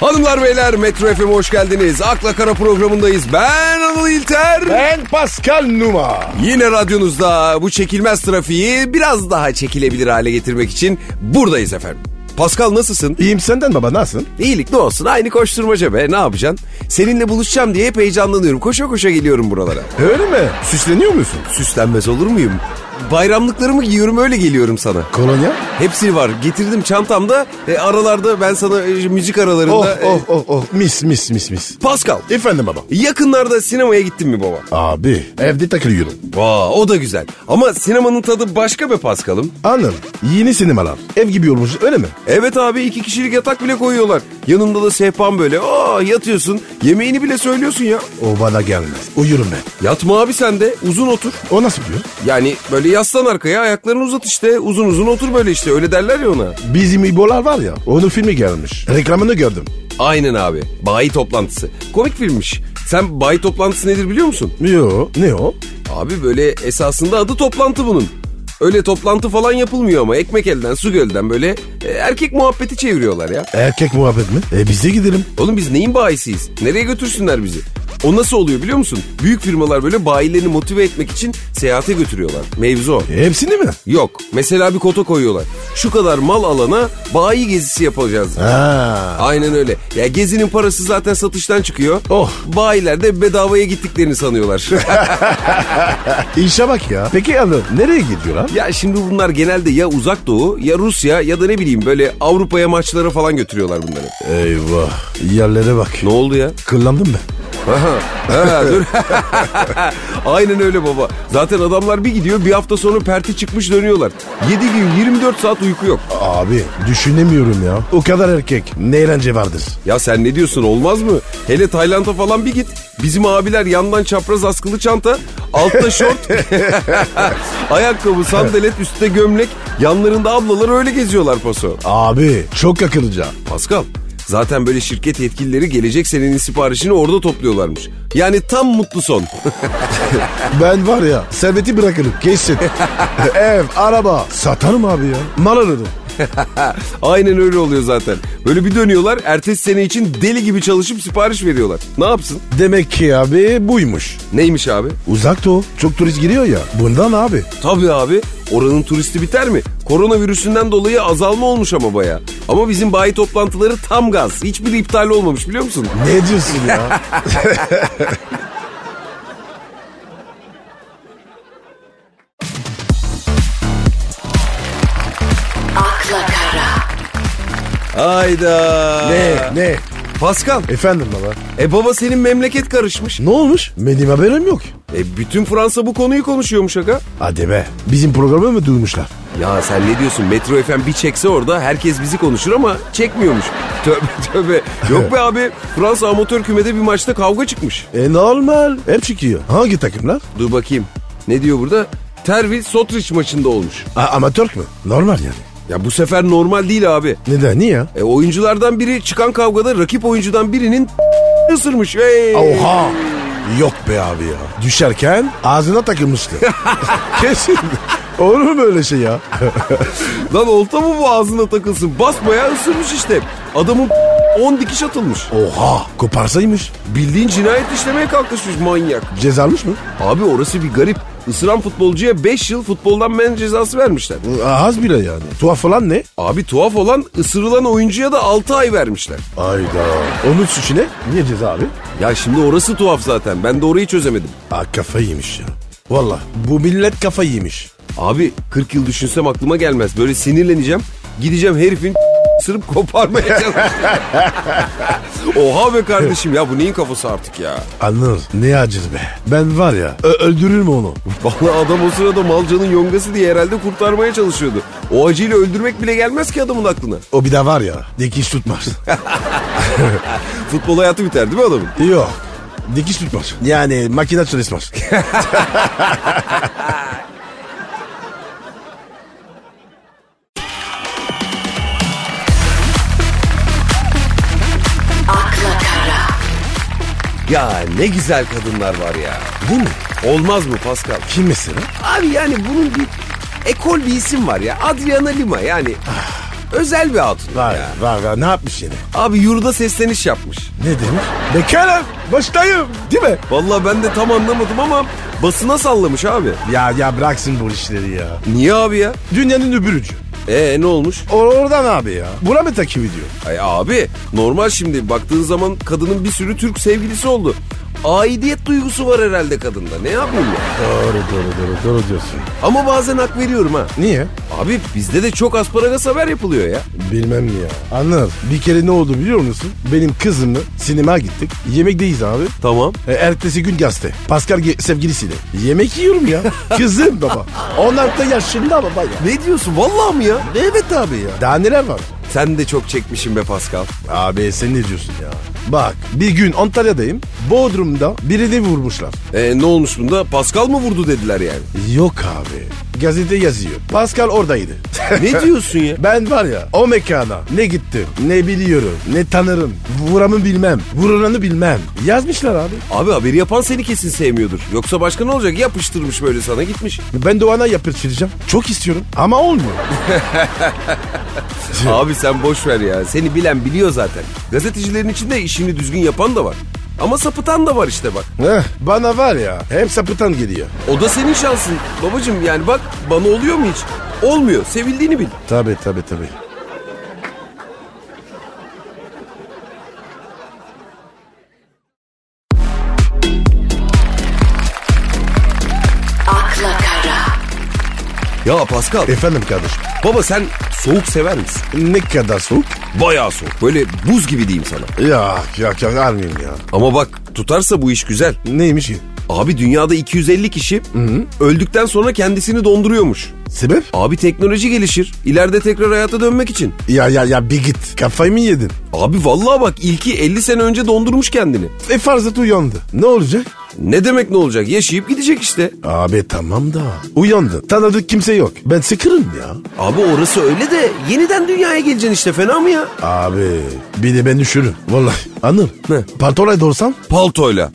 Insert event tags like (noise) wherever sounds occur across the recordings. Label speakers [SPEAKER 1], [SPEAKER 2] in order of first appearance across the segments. [SPEAKER 1] Hanımlar beyler Metro FM'e hoş geldiniz. Akla Kara programındayız. Ben Anıl İlter.
[SPEAKER 2] Ben Pascal Numa.
[SPEAKER 1] Yine radyonuzda bu çekilmez trafiği biraz daha çekilebilir hale getirmek için buradayız efendim. Pascal nasılsın?
[SPEAKER 2] İyiyim senden baba nasılsın?
[SPEAKER 1] İyilik ne olsun aynı koşturmaca be ne yapacaksın? Seninle buluşacağım diye hep heyecanlanıyorum. Koşa koşa geliyorum buralara.
[SPEAKER 2] Öyle mi? Süsleniyor musun?
[SPEAKER 1] Süslenmez olur muyum? Bayramlıklarımı giyiyorum öyle geliyorum sana.
[SPEAKER 2] Kolonya?
[SPEAKER 1] Hepsi var. Getirdim çantamda. E, aralarda ben sana e, müzik aralarında.
[SPEAKER 2] Oh
[SPEAKER 1] e,
[SPEAKER 2] oh oh oh mis mis mis mis.
[SPEAKER 1] Pascal.
[SPEAKER 2] Efendim baba.
[SPEAKER 1] Yakınlarda sinemaya gittin mi baba?
[SPEAKER 2] Abi evde takılıyorum.
[SPEAKER 1] Vaa o da güzel. Ama sinemanın tadı başka be Paskal'ım.
[SPEAKER 2] Anıl yeni sinemalar ev gibi olmuş öyle mi?
[SPEAKER 1] Evet abi iki kişilik yatak bile koyuyorlar. Yanında da sehpan böyle. Aa yatıyorsun. Yemeğini bile söylüyorsun ya.
[SPEAKER 2] O bana gelmez. Uyurum ben.
[SPEAKER 1] Yatma abi sen de. Uzun otur.
[SPEAKER 2] O nasıl diyor?
[SPEAKER 1] Yani böyle yaslan arkaya ayaklarını uzat işte. Uzun uzun otur böyle işte. Öyle derler ya ona.
[SPEAKER 2] Bizim İbolar var ya onun filmi gelmiş. Reklamını gördüm.
[SPEAKER 1] Aynen abi. Bayi toplantısı. Komik filmmiş. Sen bayi toplantısı nedir biliyor musun?
[SPEAKER 2] Yo ne o?
[SPEAKER 1] Abi böyle esasında adı toplantı bunun. Öyle toplantı falan yapılmıyor ama ekmek elden su gölden böyle e, erkek muhabbeti çeviriyorlar ya.
[SPEAKER 2] Erkek muhabbet mi? E biz de gidelim.
[SPEAKER 1] Oğlum biz neyin bayisiyiz? Nereye götürsünler bizi? O nasıl oluyor biliyor musun? Büyük firmalar böyle bayilerini motive etmek için seyahate götürüyorlar. Mevzu o.
[SPEAKER 2] E, hepsini mi?
[SPEAKER 1] Yok. Mesela bir kota koyuyorlar. Şu kadar mal alana bayi gezisi yapacağız.
[SPEAKER 2] Ha.
[SPEAKER 1] Aynen öyle. Ya gezinin parası zaten satıştan çıkıyor.
[SPEAKER 2] Oh.
[SPEAKER 1] Bayiler de bedavaya gittiklerini (laughs) sanıyorlar.
[SPEAKER 2] İşe bak ya. Peki Anıl nereye gidiyorlar?
[SPEAKER 1] Ya şimdi bunlar genelde ya uzak doğu ya Rusya ya da ne bileyim böyle Avrupa'ya maçlara falan götürüyorlar bunları.
[SPEAKER 2] Eyvah yerlere bak.
[SPEAKER 1] Ne oldu ya?
[SPEAKER 2] Kıllandım mı?
[SPEAKER 1] Aha, ha, dur. Aynen öyle baba. Zaten adamlar bir gidiyor bir hafta sonra perti çıkmış dönüyorlar. 7 gün 24 saat uyku yok.
[SPEAKER 2] Abi düşünemiyorum ya. O kadar erkek ne eğlence vardır.
[SPEAKER 1] Ya sen ne diyorsun olmaz mı? Hele Tayland'a falan bir git. Bizim abiler yandan çapraz askılı çanta, altta şort, (laughs) ayakkabı, sandalet, üstte gömlek. Yanlarında ablalar öyle geziyorlar paso.
[SPEAKER 2] Abi çok akıllıca.
[SPEAKER 1] Pascal zaten böyle şirket yetkilileri gelecek senenin siparişini orada topluyorlarmış. Yani tam mutlu son.
[SPEAKER 2] Ben var ya serveti bırakırım kesin. Ev, araba satarım abi ya. Mal alırım.
[SPEAKER 1] Aynen öyle oluyor zaten. Böyle bir dönüyorlar ertesi sene için deli gibi çalışıp sipariş veriyorlar. Ne yapsın?
[SPEAKER 2] Demek ki abi buymuş.
[SPEAKER 1] Neymiş abi?
[SPEAKER 2] Uzak doğu çok turist giriyor ya. Bundan abi.
[SPEAKER 1] Tabii abi oranın turisti biter mi? Koronavirüsünden dolayı azalma olmuş ama baya. Ama bizim bayi toplantıları tam gaz. Hiçbiri iptal olmamış biliyor musun?
[SPEAKER 2] Ne diyorsun ya?
[SPEAKER 3] akla kara,
[SPEAKER 1] Hayda.
[SPEAKER 2] ne? Ne?
[SPEAKER 1] Pascal,
[SPEAKER 2] Efendim baba.
[SPEAKER 1] e baba senin memleket karışmış.
[SPEAKER 2] Ne olmuş? Benim haberim yok.
[SPEAKER 1] E bütün Fransa bu konuyu konuşuyormuş aga.
[SPEAKER 2] Hadi be. Bizim programı mı duymuşlar?
[SPEAKER 1] Ya sen ne diyorsun? Metro FM bir çekse orada herkes bizi konuşur ama çekmiyormuş. (laughs) Tövbe tövbe. Yok be abi. Fransa amatör kümede bir maçta kavga çıkmış.
[SPEAKER 2] E normal. Hep çıkıyor. Hangi takımlar?
[SPEAKER 1] Dur bakayım. Ne diyor burada? Tervil Sotriç maçında olmuş.
[SPEAKER 2] A amatör mü? Normal yani.
[SPEAKER 1] Ya bu sefer normal değil abi.
[SPEAKER 2] Neden? Niye?
[SPEAKER 1] E, oyunculardan biri çıkan kavgada rakip oyuncudan birinin (laughs) ısırmış. Hey!
[SPEAKER 2] Oha! Yok be abi ya. Düşerken ağzına takılmıştı. Kesin. Olur mu böyle şey ya?
[SPEAKER 1] Lan olta mı bu ağzına takılsın? Basmaya ısırmış işte. Adamın (laughs) 10 dikiş atılmış.
[SPEAKER 2] Oha! Koparsaymış.
[SPEAKER 1] Bildiğin cinayet işlemeye kalkışmış manyak.
[SPEAKER 2] Cezalmış mı?
[SPEAKER 1] Abi orası bir garip. Isıran futbolcuya 5 yıl futboldan men cezası vermişler.
[SPEAKER 2] Az bile yani. Tuhaf falan ne?
[SPEAKER 1] Abi tuhaf olan ısırılan oyuncuya da 6 ay vermişler.
[SPEAKER 2] Ayda. Onun suçu ne? Niye ceza abi?
[SPEAKER 1] Ya şimdi orası tuhaf zaten. Ben de orayı çözemedim.
[SPEAKER 2] Aa, kafa yemiş ya. Valla bu millet kafa yemiş.
[SPEAKER 1] Abi 40 yıl düşünsem aklıma gelmez. Böyle sinirleneceğim. Gideceğim herifin (laughs) ısırıp koparmaya çalışacağım. (laughs) Oha be kardeşim ya bu neyin kafası artık ya.
[SPEAKER 2] Anıl ne aciz be. Ben var ya ö- öldürürüm onu.
[SPEAKER 1] Vallahi adam o sırada malcanın yongası diye herhalde kurtarmaya çalışıyordu. O acıyla öldürmek bile gelmez ki adamın aklına.
[SPEAKER 2] O bir de var ya dikiş tutmaz.
[SPEAKER 1] Futbol hayatı biter değil mi adamın?
[SPEAKER 2] Yok dikiş tutmaz. Yani makine çalışmaz.
[SPEAKER 3] akla kara,
[SPEAKER 1] Ya ne güzel kadınlar var ya.
[SPEAKER 2] Değil mi?
[SPEAKER 1] Olmaz mı Pascal?
[SPEAKER 2] Kim mesela?
[SPEAKER 1] Abi yani (sighs) bunun bir ekol bir isim var ya. Adriana Lima yani. Özel bir hatun.
[SPEAKER 2] Var ya. var var ne yapmış yine?
[SPEAKER 1] Abi yurda sesleniş yapmış.
[SPEAKER 2] Ne demiş? Bekarım baştayım değil mi?
[SPEAKER 1] Vallahi ben de tam anlamadım ama basına sallamış abi.
[SPEAKER 2] Ya ya bıraksın bu işleri ya.
[SPEAKER 1] Niye abi ya?
[SPEAKER 2] Dünyanın öbür ucu.
[SPEAKER 1] Ee ne olmuş?
[SPEAKER 2] O- Oradan abi ya. Buna mı takip ediyor?
[SPEAKER 1] Ay abi normal şimdi baktığın zaman kadının bir sürü Türk sevgilisi oldu. Aidiyet duygusu var herhalde kadında. Ne yapayım ya?
[SPEAKER 2] Doğru doğru doğru doğru diyorsun.
[SPEAKER 1] Ama bazen hak veriyorum ha.
[SPEAKER 2] Niye?
[SPEAKER 1] Abi bizde de çok asparagas haber yapılıyor ya.
[SPEAKER 2] Bilmem ya. Anladım. Bir kere ne oldu biliyor musun? Benim kızımla sinemaya gittik. Yemekteyiz abi.
[SPEAKER 1] Tamam.
[SPEAKER 2] E, ertesi gün gazete. Pascal ge- sevgilisiyle. Yemek yiyorum (laughs) ya. Kızım baba. 16 yaşında baba ya.
[SPEAKER 1] Ne diyorsun vallahi mi ya?
[SPEAKER 2] Evet abi ya. Daha neler var?
[SPEAKER 1] Sen de çok çekmişsin be Pascal.
[SPEAKER 2] Abi sen ne diyorsun ya? Bak bir gün Antalya'dayım. Bodrum'da birini vurmuşlar.
[SPEAKER 1] Ee, ne olmuş bunda? Pascal mı vurdu dediler yani.
[SPEAKER 2] Yok abi. Gazete yazıyor. Pascal oradaydı. (laughs)
[SPEAKER 1] ne diyorsun ya?
[SPEAKER 2] Ben var ya o mekana ne gittim ne biliyorum ne tanırım vuramı bilmem vurulanı bilmem yazmışlar abi.
[SPEAKER 1] Abi haberi yapan seni kesin sevmiyordur. Yoksa başka ne olacak? Yapıştırmış böyle sana gitmiş.
[SPEAKER 2] Ben Doğan'a yapıştıracağım çok istiyorum ama olmuyor. (laughs)
[SPEAKER 1] Abi sen boş ver ya. Seni bilen biliyor zaten. Gazetecilerin içinde işini düzgün yapan da var. Ama sapıtan da var işte bak.
[SPEAKER 2] Heh, Eh, bana var ya hep sapıtan geliyor.
[SPEAKER 1] O da senin şansın. Babacım yani bak bana oluyor mu hiç? Olmuyor. Sevildiğini bil.
[SPEAKER 2] Tabi tabi tabi.
[SPEAKER 3] akla kara,
[SPEAKER 1] Ya Pascal.
[SPEAKER 2] Efendim kardeşim
[SPEAKER 1] Baba sen soğuk sever misin?
[SPEAKER 2] ne kadar soğuk?
[SPEAKER 1] Bayağı soğuk. Böyle buz gibi diyeyim sana.
[SPEAKER 2] Ya ya ya almayayım ya.
[SPEAKER 1] Ama bak tutarsa bu iş güzel.
[SPEAKER 2] Neymiş ki?
[SPEAKER 1] Abi dünyada 250 kişi öldükten sonra kendisini donduruyormuş.
[SPEAKER 2] Sebep?
[SPEAKER 1] Abi teknoloji gelişir. İleride tekrar hayata dönmek için.
[SPEAKER 2] Ya ya ya bir git kafayı mı yedin?
[SPEAKER 1] Abi vallahi bak ilki 50 sene önce dondurmuş kendini.
[SPEAKER 2] E farzat uyandı. Ne olacak?
[SPEAKER 1] Ne demek ne olacak? Yaşayıp gidecek işte.
[SPEAKER 2] Abi tamam da uyandı. Tanıdık kimse yok. Ben sıkırım ya.
[SPEAKER 1] Abi orası öyle de yeniden dünyaya geleceksin işte fena mı ya?
[SPEAKER 2] Abi bir de ben düşürüm. Vallahi anır.
[SPEAKER 1] Ne?
[SPEAKER 2] Pantolay dorsam?
[SPEAKER 1] Paltoyla.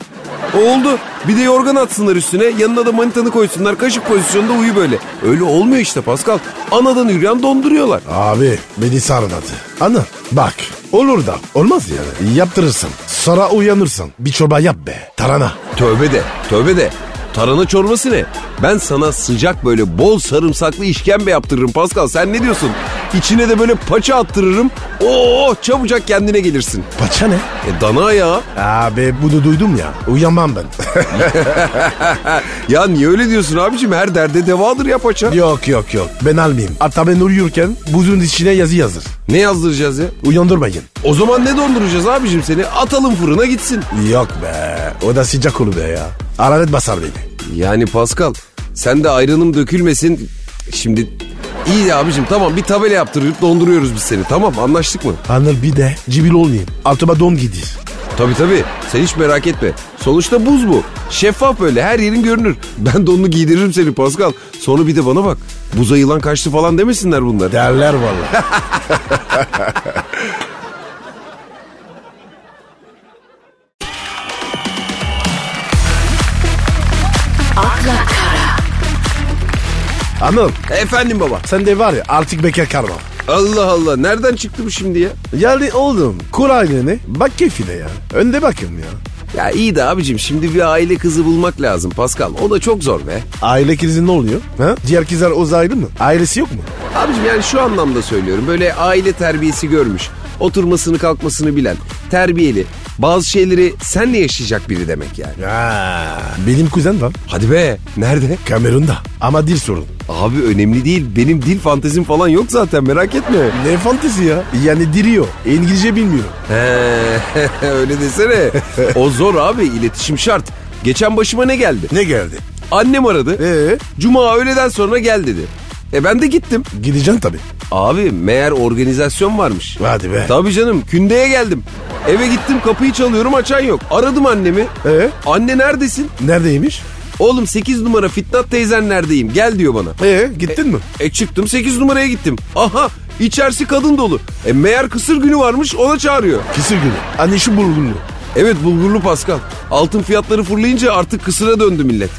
[SPEAKER 1] Oldu. Bir de yorgan atsınlar üstüne. Yanına da manitanı koysunlar. Kaşık pozisyonda uyu böyle. Öyle olmuyor işte Pascal. Anadan yürüyen donduruyorlar.
[SPEAKER 2] Abi beni sarladı. Anır bak olur da olmaz yani. Yaptırırsın. Sonra uyanırsın. Bir çorba yap be. Tarana.
[SPEAKER 1] Tövbe de, tövbe de. Tarhana çorbası ne? Ben sana sıcak böyle bol sarımsaklı işkembe yaptırırım Pascal. Sen ne diyorsun? İçine de böyle paça attırırım. Oo çabucak kendine gelirsin.
[SPEAKER 2] Paça ne?
[SPEAKER 1] E dana ya. (laughs)
[SPEAKER 2] Abi bunu duydum ya. Uyanmam ben.
[SPEAKER 1] Ya niye öyle diyorsun abicim? Her derde devadır ya paça.
[SPEAKER 2] yok yok yok. Ben almayayım. Hatta ben uyurken buzun içine yazı yazır.
[SPEAKER 1] Ne yazdıracağız ya?
[SPEAKER 2] Uyandırmayın.
[SPEAKER 1] O zaman ne donduracağız abicim seni? Atalım fırına gitsin.
[SPEAKER 2] Yok be. O da sıcak olur be ya. Aralet basar beni.
[SPEAKER 1] Yani Pascal sen de ayranım dökülmesin. Şimdi iyi de abicim tamam bir tabela yaptırıp donduruyoruz biz seni. Tamam anlaştık mı?
[SPEAKER 2] Anır bir de cibil olmayayım. Altıma don gidiyor.
[SPEAKER 1] Tabii tabii. Sen hiç merak etme. Sonuçta buz bu. Şeffaf böyle her yerin görünür. (laughs) Ben donunu giydiririm seni Pascal. Sonra bir de bana bak. Buza yılan kaçtı falan demesinler bunlar.
[SPEAKER 2] Derler vallahi.
[SPEAKER 3] akla kara,
[SPEAKER 2] Anıl
[SPEAKER 1] Efendim baba.
[SPEAKER 2] sen de var ya artık bekar karma.
[SPEAKER 1] Allah Allah. Nereden çıktı bu şimdi ya?
[SPEAKER 2] Yani oğlum kur aileni bak keyfine ya. Önde bakın ya.
[SPEAKER 1] Ya iyi de abicim şimdi bir aile kızı bulmak lazım Pascal. O da çok zor be.
[SPEAKER 2] Aile krizi ne oluyor? Ha? Diğer kızlar uzaylı mı? Ailesi yok mu?
[SPEAKER 1] Abicim yani şu anlamda söylüyorum. Böyle aile terbiyesi görmüş. Oturmasını kalkmasını bilen. Terbiyeli. Bazı şeyleri senle yaşayacak biri demek yani.
[SPEAKER 2] Ya. Benim kuzen var
[SPEAKER 1] Hadi be. Nerede?
[SPEAKER 2] Kamerun'da ama dil sorun.
[SPEAKER 1] Abi önemli değil. Benim dil fantezim falan yok zaten merak etme.
[SPEAKER 2] Ne fantezi ya? Yani diriyor. E, İngilizce bilmiyor.
[SPEAKER 1] He, (laughs) öyle desene. O zor abi iletişim şart. Geçen başıma ne geldi?
[SPEAKER 2] Ne geldi?
[SPEAKER 1] Annem aradı.
[SPEAKER 2] Ee,
[SPEAKER 1] Cuma öğleden sonra gel dedi. E ben de gittim.
[SPEAKER 2] gideceksin tabii.
[SPEAKER 1] Abi meğer organizasyon varmış.
[SPEAKER 2] Hadi be.
[SPEAKER 1] Tabii canım kündeye geldim. Eve gittim kapıyı çalıyorum açan yok. Aradım annemi.
[SPEAKER 2] Ee?
[SPEAKER 1] Anne neredesin?
[SPEAKER 2] Neredeymiş?
[SPEAKER 1] Oğlum 8 numara Fitnat teyzen neredeyim gel diyor bana.
[SPEAKER 2] Ee, gittin mi?
[SPEAKER 1] E çıktım 8 numaraya gittim. Aha içerisi kadın dolu. E meğer kısır günü varmış ona çağırıyor.
[SPEAKER 2] Kısır günü. Anne şu bulgurlu.
[SPEAKER 1] Evet bulgurlu Pascal. Altın fiyatları fırlayınca artık kısıra döndü millet.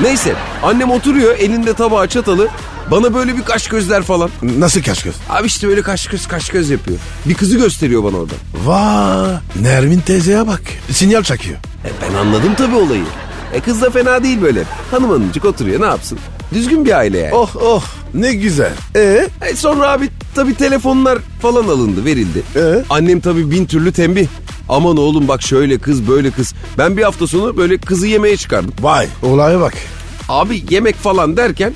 [SPEAKER 1] Neyse annem oturuyor elinde tabağı çatalı. Bana böyle bir kaş gözler falan.
[SPEAKER 2] Nasıl kaş göz?
[SPEAKER 1] Abi işte böyle kaş göz kaş göz yapıyor. Bir kızı gösteriyor bana orada.
[SPEAKER 2] Vay Nermin teyzeye bak. Sinyal çakıyor.
[SPEAKER 1] E ben anladım tabii olayı. E kız da fena değil böyle. Hanım hanımcık oturuyor ne yapsın? Düzgün bir aile yani.
[SPEAKER 2] Oh oh ne güzel. E
[SPEAKER 1] E sonra abi tabii telefonlar falan alındı verildi.
[SPEAKER 2] Ee?
[SPEAKER 1] Annem tabii bin türlü tembih. Aman oğlum bak şöyle kız böyle kız. Ben bir hafta sonu böyle kızı yemeğe çıkardım.
[SPEAKER 2] vay olaya bak.
[SPEAKER 1] Abi yemek falan derken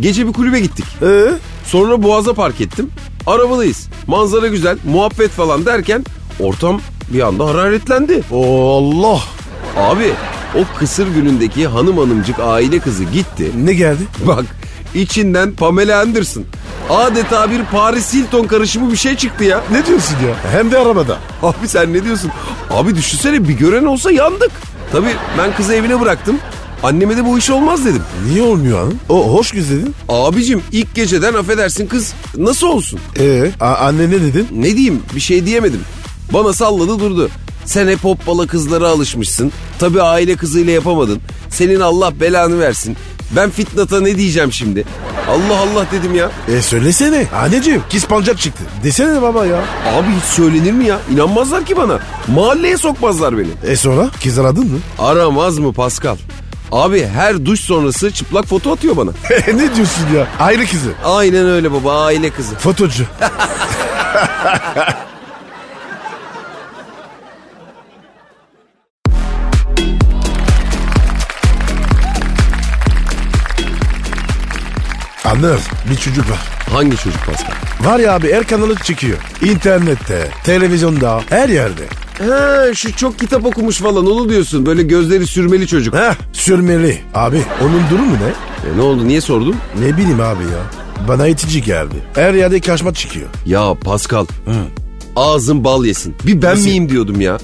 [SPEAKER 1] gece bir kulübe gittik.
[SPEAKER 2] E
[SPEAKER 1] Sonra Boğaz'a park ettim. Arabadayız. Manzara güzel, muhabbet falan derken ortam bir anda hararetlendi.
[SPEAKER 2] Allah
[SPEAKER 1] Abi o kısır günündeki hanım hanımcık aile kızı gitti. (laughs)
[SPEAKER 2] ne geldi?
[SPEAKER 1] Bak içinden Pamela Anderson. Adeta bir Paris Hilton karışımı bir şey çıktı ya.
[SPEAKER 2] Ne diyorsun ya? Hem de arabada.
[SPEAKER 1] Abi sen ne diyorsun? Abi düşünsene bir gören olsa yandık. Tabii ben kızı evine bıraktım. Anneme de bu iş olmaz dedim.
[SPEAKER 2] Niye olmuyor hanım? O hoş göz dedin.
[SPEAKER 1] Abicim ilk geceden affedersin kız nasıl olsun?
[SPEAKER 2] E a- anne ne dedin?
[SPEAKER 1] Ne diyeyim bir şey diyemedim. Bana salladı durdu. Sen hep hoppala kızlara alışmışsın. Tabii aile kızıyla yapamadın. Senin Allah belanı versin. Ben fitnata ne diyeceğim şimdi? Allah Allah dedim ya.
[SPEAKER 2] E söylesene. Anneciğim kis pancar çıktı. Desene baba ya.
[SPEAKER 1] Abi hiç söylenir mi ya? İnanmazlar ki bana. Mahalleye sokmazlar beni.
[SPEAKER 2] E sonra kız aradın mı?
[SPEAKER 1] Aramaz mı Pascal? Abi her duş sonrası çıplak foto atıyor bana.
[SPEAKER 2] (laughs) ne diyorsun ya? Ayrı kızı.
[SPEAKER 1] Aynen öyle baba aile kızı.
[SPEAKER 2] Fotocu. (laughs) Anır bir çocuk var.
[SPEAKER 1] Hangi çocuk Pascal?
[SPEAKER 2] Var ya abi her kanalı çıkıyor. İnternette, televizyonda, her yerde.
[SPEAKER 1] Ha şu çok kitap okumuş falan onu diyorsun. Böyle gözleri sürmeli çocuk.
[SPEAKER 2] Heh sürmeli. Abi onun durumu ne?
[SPEAKER 1] E, ne oldu niye sordun?
[SPEAKER 2] Ne bileyim abi ya. Bana itici geldi. Her yerde kaşma çıkıyor.
[SPEAKER 1] Ya Pascal ağzın bal yesin. Bir ben
[SPEAKER 2] Nasıl?
[SPEAKER 1] miyim diyordum ya.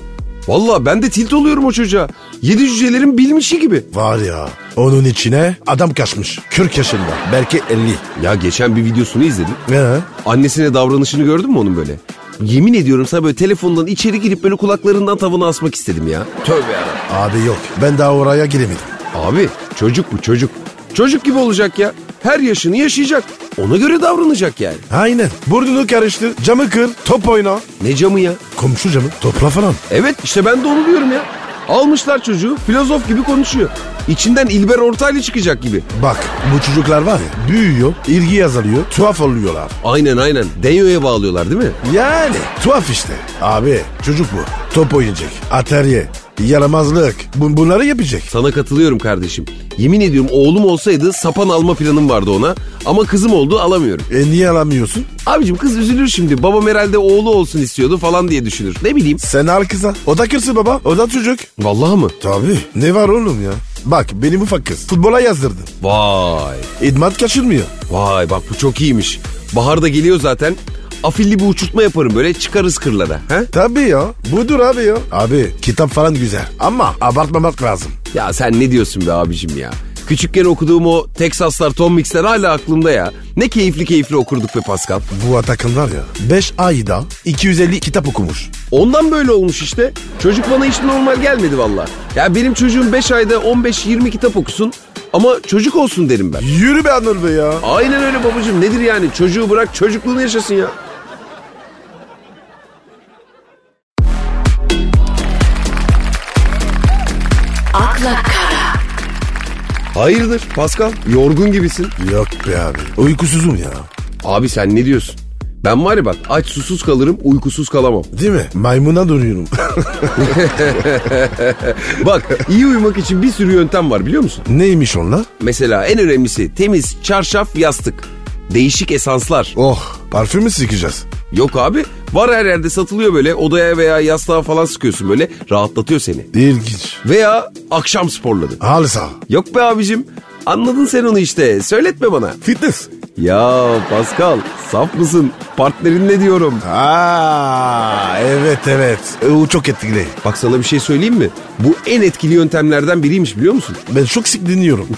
[SPEAKER 1] Valla ben de tilt oluyorum o çocuğa. Yedi cücelerin bilmişi gibi.
[SPEAKER 2] Var ya onun içine adam kaçmış. 40 yaşında belki 50.
[SPEAKER 1] Ya geçen bir videosunu izledim.
[SPEAKER 2] Ee,
[SPEAKER 1] Annesine davranışını gördün mü onun böyle? Yemin ediyorum sana böyle telefondan içeri girip böyle kulaklarından tavanı asmak istedim ya. Tövbe yarabbim.
[SPEAKER 2] abi yok ben daha oraya giremedim.
[SPEAKER 1] Abi çocuk bu çocuk. Çocuk gibi olacak ya. Her yaşını yaşayacak. Ona göre davranacak yani.
[SPEAKER 2] Aynen burnunu karıştır camı kır top oyna.
[SPEAKER 1] Ne camı ya?
[SPEAKER 2] Komşu camı topla falan.
[SPEAKER 1] Evet işte ben de onu diyorum ya. Almışlar çocuğu filozof gibi konuşuyor. İçinden İlber Ortaylı çıkacak gibi.
[SPEAKER 2] Bak bu çocuklar var ya büyüyor ilgi azalıyor tuhaf oluyorlar.
[SPEAKER 1] Aynen aynen. Denyo'ya bağlıyorlar değil mi?
[SPEAKER 2] Yani tuhaf işte. Abi çocuk bu top oynayacak atarye yaramazlık bu- bunları yapacak.
[SPEAKER 1] Sana katılıyorum kardeşim. Yemin ediyorum oğlum olsaydı sapan alma planım vardı ona. Ama kızım oldu alamıyorum.
[SPEAKER 2] E niye alamıyorsun?
[SPEAKER 1] Abicim kız üzülür şimdi. Babam herhalde oğlu olsun istiyordu falan diye düşünür. Ne bileyim.
[SPEAKER 2] Sen al kıza. O da kırsın baba. O da çocuk.
[SPEAKER 1] Vallahi mı?
[SPEAKER 2] Tabii. Ne var oğlum ya? Bak benim ufak kız. Futbola yazdırdım.
[SPEAKER 1] Vay.
[SPEAKER 2] İdmat kaçırmıyor.
[SPEAKER 1] Vay bak bu çok iyiymiş. Bahar da geliyor zaten. Afilli bir uçurtma yaparım böyle çıkarız kırlara. He?
[SPEAKER 2] Tabii ya. Budur abi ya. Abi kitap falan güzel. Ama abartmamak lazım.
[SPEAKER 1] Ya sen ne diyorsun be abicim ya? Küçükken okuduğum o Texaslar, Tom Mix'ler hala aklımda ya. Ne keyifli keyifli okurduk be Pascal.
[SPEAKER 2] Bu Atakan var ya. 5 ayda 250 kitap okumuş.
[SPEAKER 1] Ondan böyle olmuş işte. Çocuk bana hiç normal gelmedi valla. Ya benim çocuğum 5 ayda 15-20 kitap okusun ama çocuk olsun derim ben.
[SPEAKER 2] Yürü be Anıl be ya.
[SPEAKER 1] Aynen öyle babacığım nedir yani çocuğu bırak çocukluğunu yaşasın ya.
[SPEAKER 3] akla kara,
[SPEAKER 1] Hayırdır Pascal yorgun gibisin.
[SPEAKER 2] Yok be abi. Uykusuzum ya.
[SPEAKER 1] Abi sen ne diyorsun? Ben var ya bak aç susuz kalırım uykusuz kalamam.
[SPEAKER 2] Değil mi? Maymuna dönüyorum.
[SPEAKER 1] Bak iyi uyumak için bir sürü yöntem var biliyor musun?
[SPEAKER 2] (laughs) Neymiş onlar?
[SPEAKER 1] Mesela en önemlisi temiz çarşaf yastık. Değişik esanslar.
[SPEAKER 2] Oh parfümü sıkacağız.
[SPEAKER 1] Yok abi var her yerde satılıyor böyle odaya veya yastığa falan sıkıyorsun böyle rahatlatıyor seni.
[SPEAKER 2] İlginç.
[SPEAKER 1] Veya akşam sporladı.
[SPEAKER 2] Halsa.
[SPEAKER 1] Yok be abicim anladın sen onu işte söyletme bana.
[SPEAKER 2] Fitness.
[SPEAKER 1] Ya Pascal saf mısın partnerinle diyorum.
[SPEAKER 2] Aa evet evet. E, O çok etkili.
[SPEAKER 1] Bak sana bir şey söyleyeyim mi? Bu en etkili yöntemlerden biriymiş biliyor musun? (laughs)
[SPEAKER 2] Ben çok sık dinliyorum.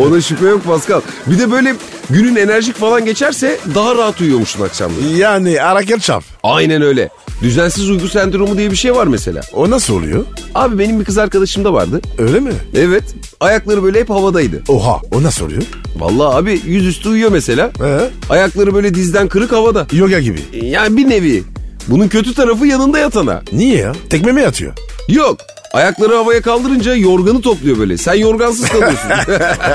[SPEAKER 1] Ona şüphe yok Pascal. Bir de böyle günün enerjik falan geçerse daha rahat uyuyormuşsun akşamları.
[SPEAKER 2] Yani hareket çap.
[SPEAKER 1] Aynen öyle. Düzensiz uyku sendromu diye bir şey var mesela.
[SPEAKER 2] O nasıl oluyor?
[SPEAKER 1] Abi benim bir kız arkadaşım da vardı.
[SPEAKER 2] Öyle mi?
[SPEAKER 1] Evet. Ayakları böyle hep havadaydı.
[SPEAKER 2] Oha o nasıl oluyor?
[SPEAKER 1] Vallahi abi yüzüstü uyuyor mesela.
[SPEAKER 2] He?
[SPEAKER 1] Ayakları böyle dizden kırık havada.
[SPEAKER 2] Yoga gibi.
[SPEAKER 1] Yani bir nevi. Bunun kötü tarafı yanında yatana.
[SPEAKER 2] Niye ya? Tekme mi yatıyor?
[SPEAKER 1] Yok. Ayakları havaya kaldırınca yorganı topluyor böyle. Sen yorgansız kalıyorsun.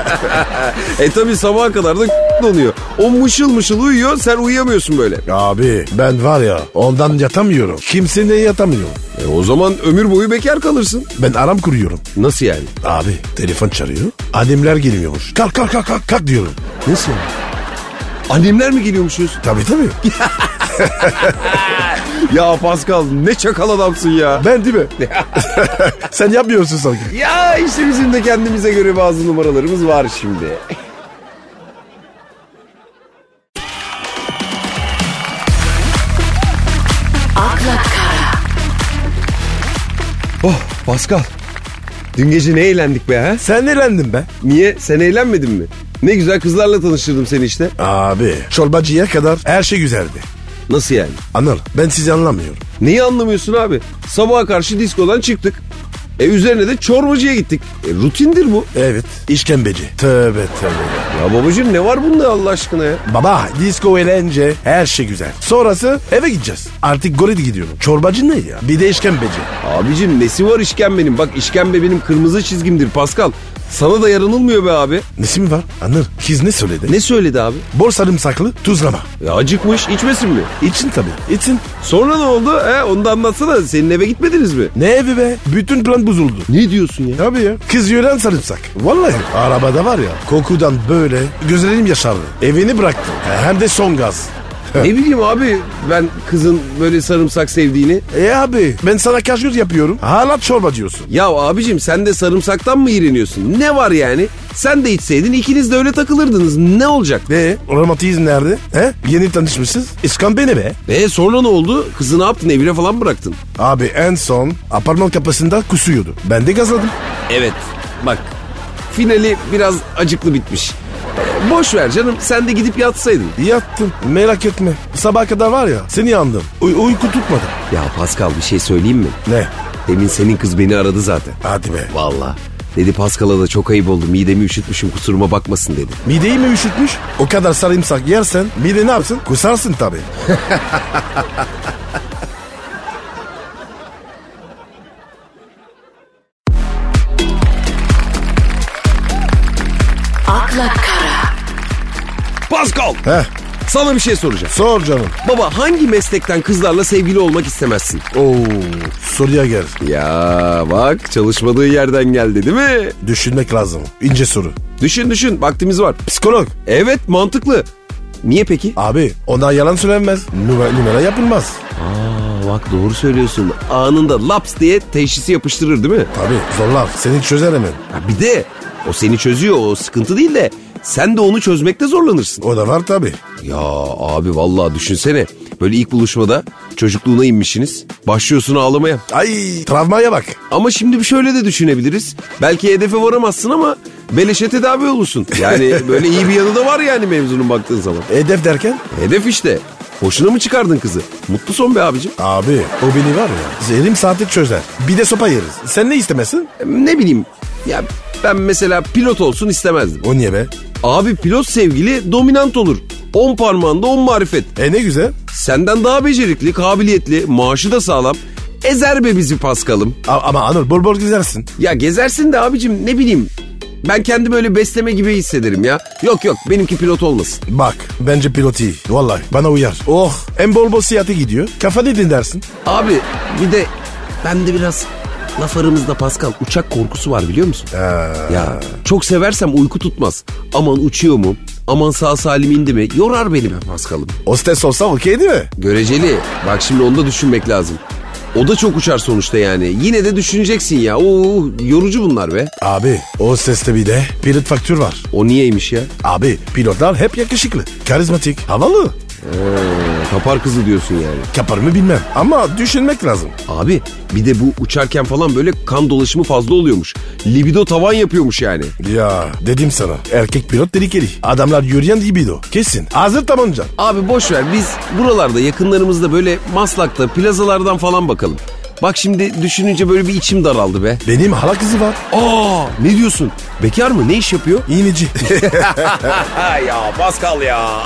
[SPEAKER 1] (laughs) e tabi sabaha kadar da (laughs) donuyor. O mışıl mışıl uyuyor sen uyuyamıyorsun böyle.
[SPEAKER 2] Abi ben var ya ondan yatamıyorum. Kimseyle yatamıyorum.
[SPEAKER 1] E, o zaman ömür boyu bekar kalırsın.
[SPEAKER 2] Ben aram kuruyorum.
[SPEAKER 1] Nasıl yani?
[SPEAKER 2] Abi telefon çağırıyor. Ademler geliyormuş. Kalk kalk kalk kalk, kalk diyorum.
[SPEAKER 1] Nasıl yani? Annemler mi geliyormuşuz?
[SPEAKER 2] Tabii tabii.
[SPEAKER 1] Ya Pascal ne çakal adamsın ya.
[SPEAKER 2] Ben (laughs) değil mi? Sen yapmıyorsun sanki.
[SPEAKER 1] Ya işte bizim de kendimize göre bazı numaralarımız var şimdi.
[SPEAKER 3] akla kara,
[SPEAKER 1] Oh Pascal. Dün gece ne eğlendik be ha?
[SPEAKER 2] Sen eğlendin be.
[SPEAKER 1] Niye? Sen eğlenmedin mi? Ne güzel kızlarla tanıştırdım seni işte.
[SPEAKER 2] Abi çorbacıya kadar her şey güzeldi.
[SPEAKER 1] Nasıl yani?
[SPEAKER 2] Anıl ben sizi anlamıyorum.
[SPEAKER 1] Neyi anlamıyorsun abi? Sabaha karşı diskodan çıktık. E üzerine de çorbacıya gittik. E, rutindir bu.
[SPEAKER 2] Evet işkembeci. Tövbe tövbe.
[SPEAKER 1] Ya babacığım ne var bunda Allah aşkına ya?
[SPEAKER 2] Baba disco eğlence her şey güzel. Sonrası eve gideceğiz. Artık gole de gidiyorum. Çorbacı ne ya? Bir de işkembeci.
[SPEAKER 1] Abicim nesi var işkembenin? Bak işkembe benim kırmızı çizgimdir Pascal. Sana da yaranılmıyor be abi.
[SPEAKER 2] Nesi mi var? Anıl kız ne söyledi?
[SPEAKER 1] Ne söyledi abi?
[SPEAKER 2] Bol sarımsaklı tuzlama.
[SPEAKER 1] Ya E, acıkmış içmesin mi?
[SPEAKER 2] İçin tabii. İçin.
[SPEAKER 1] Sonra ne oldu? He, onu da anlatsana. Senin eve gitmediniz mi?
[SPEAKER 2] Ne evi be? Bütün plan bozuldu.
[SPEAKER 1] Ne diyorsun ya?
[SPEAKER 2] Tabii ya. Kız yören sarımsak. Vallahi arabada var ya kokudan böyle gözlerim yaşardı. Evini bıraktım. Hem de son gaz.
[SPEAKER 1] ne bileyim abi ben kızın böyle sarımsak sevdiğini.
[SPEAKER 2] E abi ben sana kaşgül yapıyorum. Hala çorba diyorsun.
[SPEAKER 1] Ya abicim sen de sarımsaktan mı iğreniyorsun? Ne var yani? Sen de içseydin ikiniz de öyle takılırdınız. Ne olacak?
[SPEAKER 2] Ve romantizm nerede? He? Yeni tanışmışsınız. İskan beni be.
[SPEAKER 1] E sonra ne oldu? Kızı ne yaptın? Evine falan bıraktın.
[SPEAKER 2] Abi en son apartman kapısında kusuyordu. Ben de gazladım.
[SPEAKER 1] Evet. Bak finali biraz acıklı bitmiş. E, Boş ver canım sen de gidip yatsaydın.
[SPEAKER 2] Yattım. Merak etme. Sabah kadar var ya seni yandım. Uy- uyku tutmadı.
[SPEAKER 1] Ya Pascal bir şey söyleyeyim mi?
[SPEAKER 2] Ne?
[SPEAKER 1] Demin senin kız beni aradı zaten.
[SPEAKER 2] Hadi be.
[SPEAKER 1] Valla. Dedi Pascal'a da çok ayıp oldu midemi üşütmüşüm kusuruma bakmasın dedi.
[SPEAKER 2] Mideyi mi üşütmüş? O kadar sarımsak yersen mide ne yapsın? Kusarsın tabii.
[SPEAKER 3] akla kara,
[SPEAKER 1] Pascal
[SPEAKER 2] Heh.
[SPEAKER 1] sana bir şey soracağım.
[SPEAKER 2] Sor canım.
[SPEAKER 1] Baba hangi meslekten kızlarla sevgili olmak istemezsin?
[SPEAKER 2] Oo, soruya gel.
[SPEAKER 1] Ya bak çalışmadığı yerden geldi değil mi?
[SPEAKER 2] Düşünmek lazım. İnce soru.
[SPEAKER 1] Düşün düşün vaktimiz var.
[SPEAKER 2] Psikolog.
[SPEAKER 1] Evet mantıklı. Niye peki?
[SPEAKER 2] Abi ona yalan söylenmez. Numara, numara yapılmaz.
[SPEAKER 1] Aa, bak doğru söylüyorsun. Anında laps diye teşhisi yapıştırır değil mi?
[SPEAKER 2] Tabii zorlar. Seni çözer hemen.
[SPEAKER 1] Ya bir de o seni çözüyor o sıkıntı değil de sen de onu çözmekte zorlanırsın.
[SPEAKER 2] O da var tabii.
[SPEAKER 1] Ya abi vallahi düşünsene böyle ilk buluşmada çocukluğuna inmişsiniz başlıyorsun ağlamaya.
[SPEAKER 2] Ay travmaya bak.
[SPEAKER 1] Ama şimdi bir şöyle de düşünebiliriz. Belki hedefe varamazsın ama beleşe tedavi olursun. Yani böyle iyi bir yanı da var yani mevzunun baktığın zaman.
[SPEAKER 2] Hedef derken?
[SPEAKER 1] Hedef işte. Hoşuna mı çıkardın kızı? Mutlu son be abicim.
[SPEAKER 2] Abi o beni var ya. Zerim saati çözer. Bir de sopa yeriz. Sen ne istemesin?
[SPEAKER 1] Ne bileyim ya ben mesela pilot olsun istemezdim.
[SPEAKER 2] O niye be?
[SPEAKER 1] Abi pilot sevgili dominant olur. 10 parmağında 10 marifet.
[SPEAKER 2] E ne güzel.
[SPEAKER 1] Senden daha becerikli, kabiliyetli, maaşı da sağlam. Ezer be bizi Paskal'ım.
[SPEAKER 2] A- ama Anıl bol bol güzelsin.
[SPEAKER 1] Ya gezersin de abicim ne bileyim. Ben kendi böyle besleme gibi hissederim ya. Yok yok benimki pilot olmasın.
[SPEAKER 2] Bak bence pilot iyi. Vallahi bana uyar. Oh en bol bol siyahate gidiyor. Kafanı dinlersin.
[SPEAKER 1] Abi bir de ben de biraz laf aramızda Pascal uçak korkusu var biliyor musun? Ya çok seversem uyku tutmaz. Aman uçuyor mu? Aman sağ salim indi mi? Yorar beni be Paskal'ım.
[SPEAKER 2] Hostes olsa okey değil mi?
[SPEAKER 1] Göreceli. Bak şimdi onu da düşünmek lazım. O da çok uçar sonuçta yani. Yine de düşüneceksin ya. Oo, yorucu bunlar be.
[SPEAKER 2] Abi o seste bir de pilot faktör var.
[SPEAKER 1] O niyeymiş ya?
[SPEAKER 2] Abi pilotlar hep yakışıklı, karizmatik, havalı.
[SPEAKER 1] Ha, Kapar kızı diyorsun yani.
[SPEAKER 2] Kapar mı bilmem ama düşünmek lazım.
[SPEAKER 1] Abi bir de bu uçarken falan böyle kan dolaşımı fazla oluyormuş. Libido tavan yapıyormuş yani.
[SPEAKER 2] Ya dedim sana erkek pilot tehlikeli. Adamlar yürüyen libido. Kesin. Hazır tabanca.
[SPEAKER 1] Abi boş ver biz buralarda yakınlarımızda böyle maslakta plazalardan falan bakalım. Bak şimdi düşününce böyle bir içim daraldı be.
[SPEAKER 2] Benim hala kızı var.
[SPEAKER 1] Aa ne diyorsun? Bekar
[SPEAKER 2] (laughs)
[SPEAKER 1] mı? Ne iş yapıyor?
[SPEAKER 2] İğneci.
[SPEAKER 1] ya Pascal ya.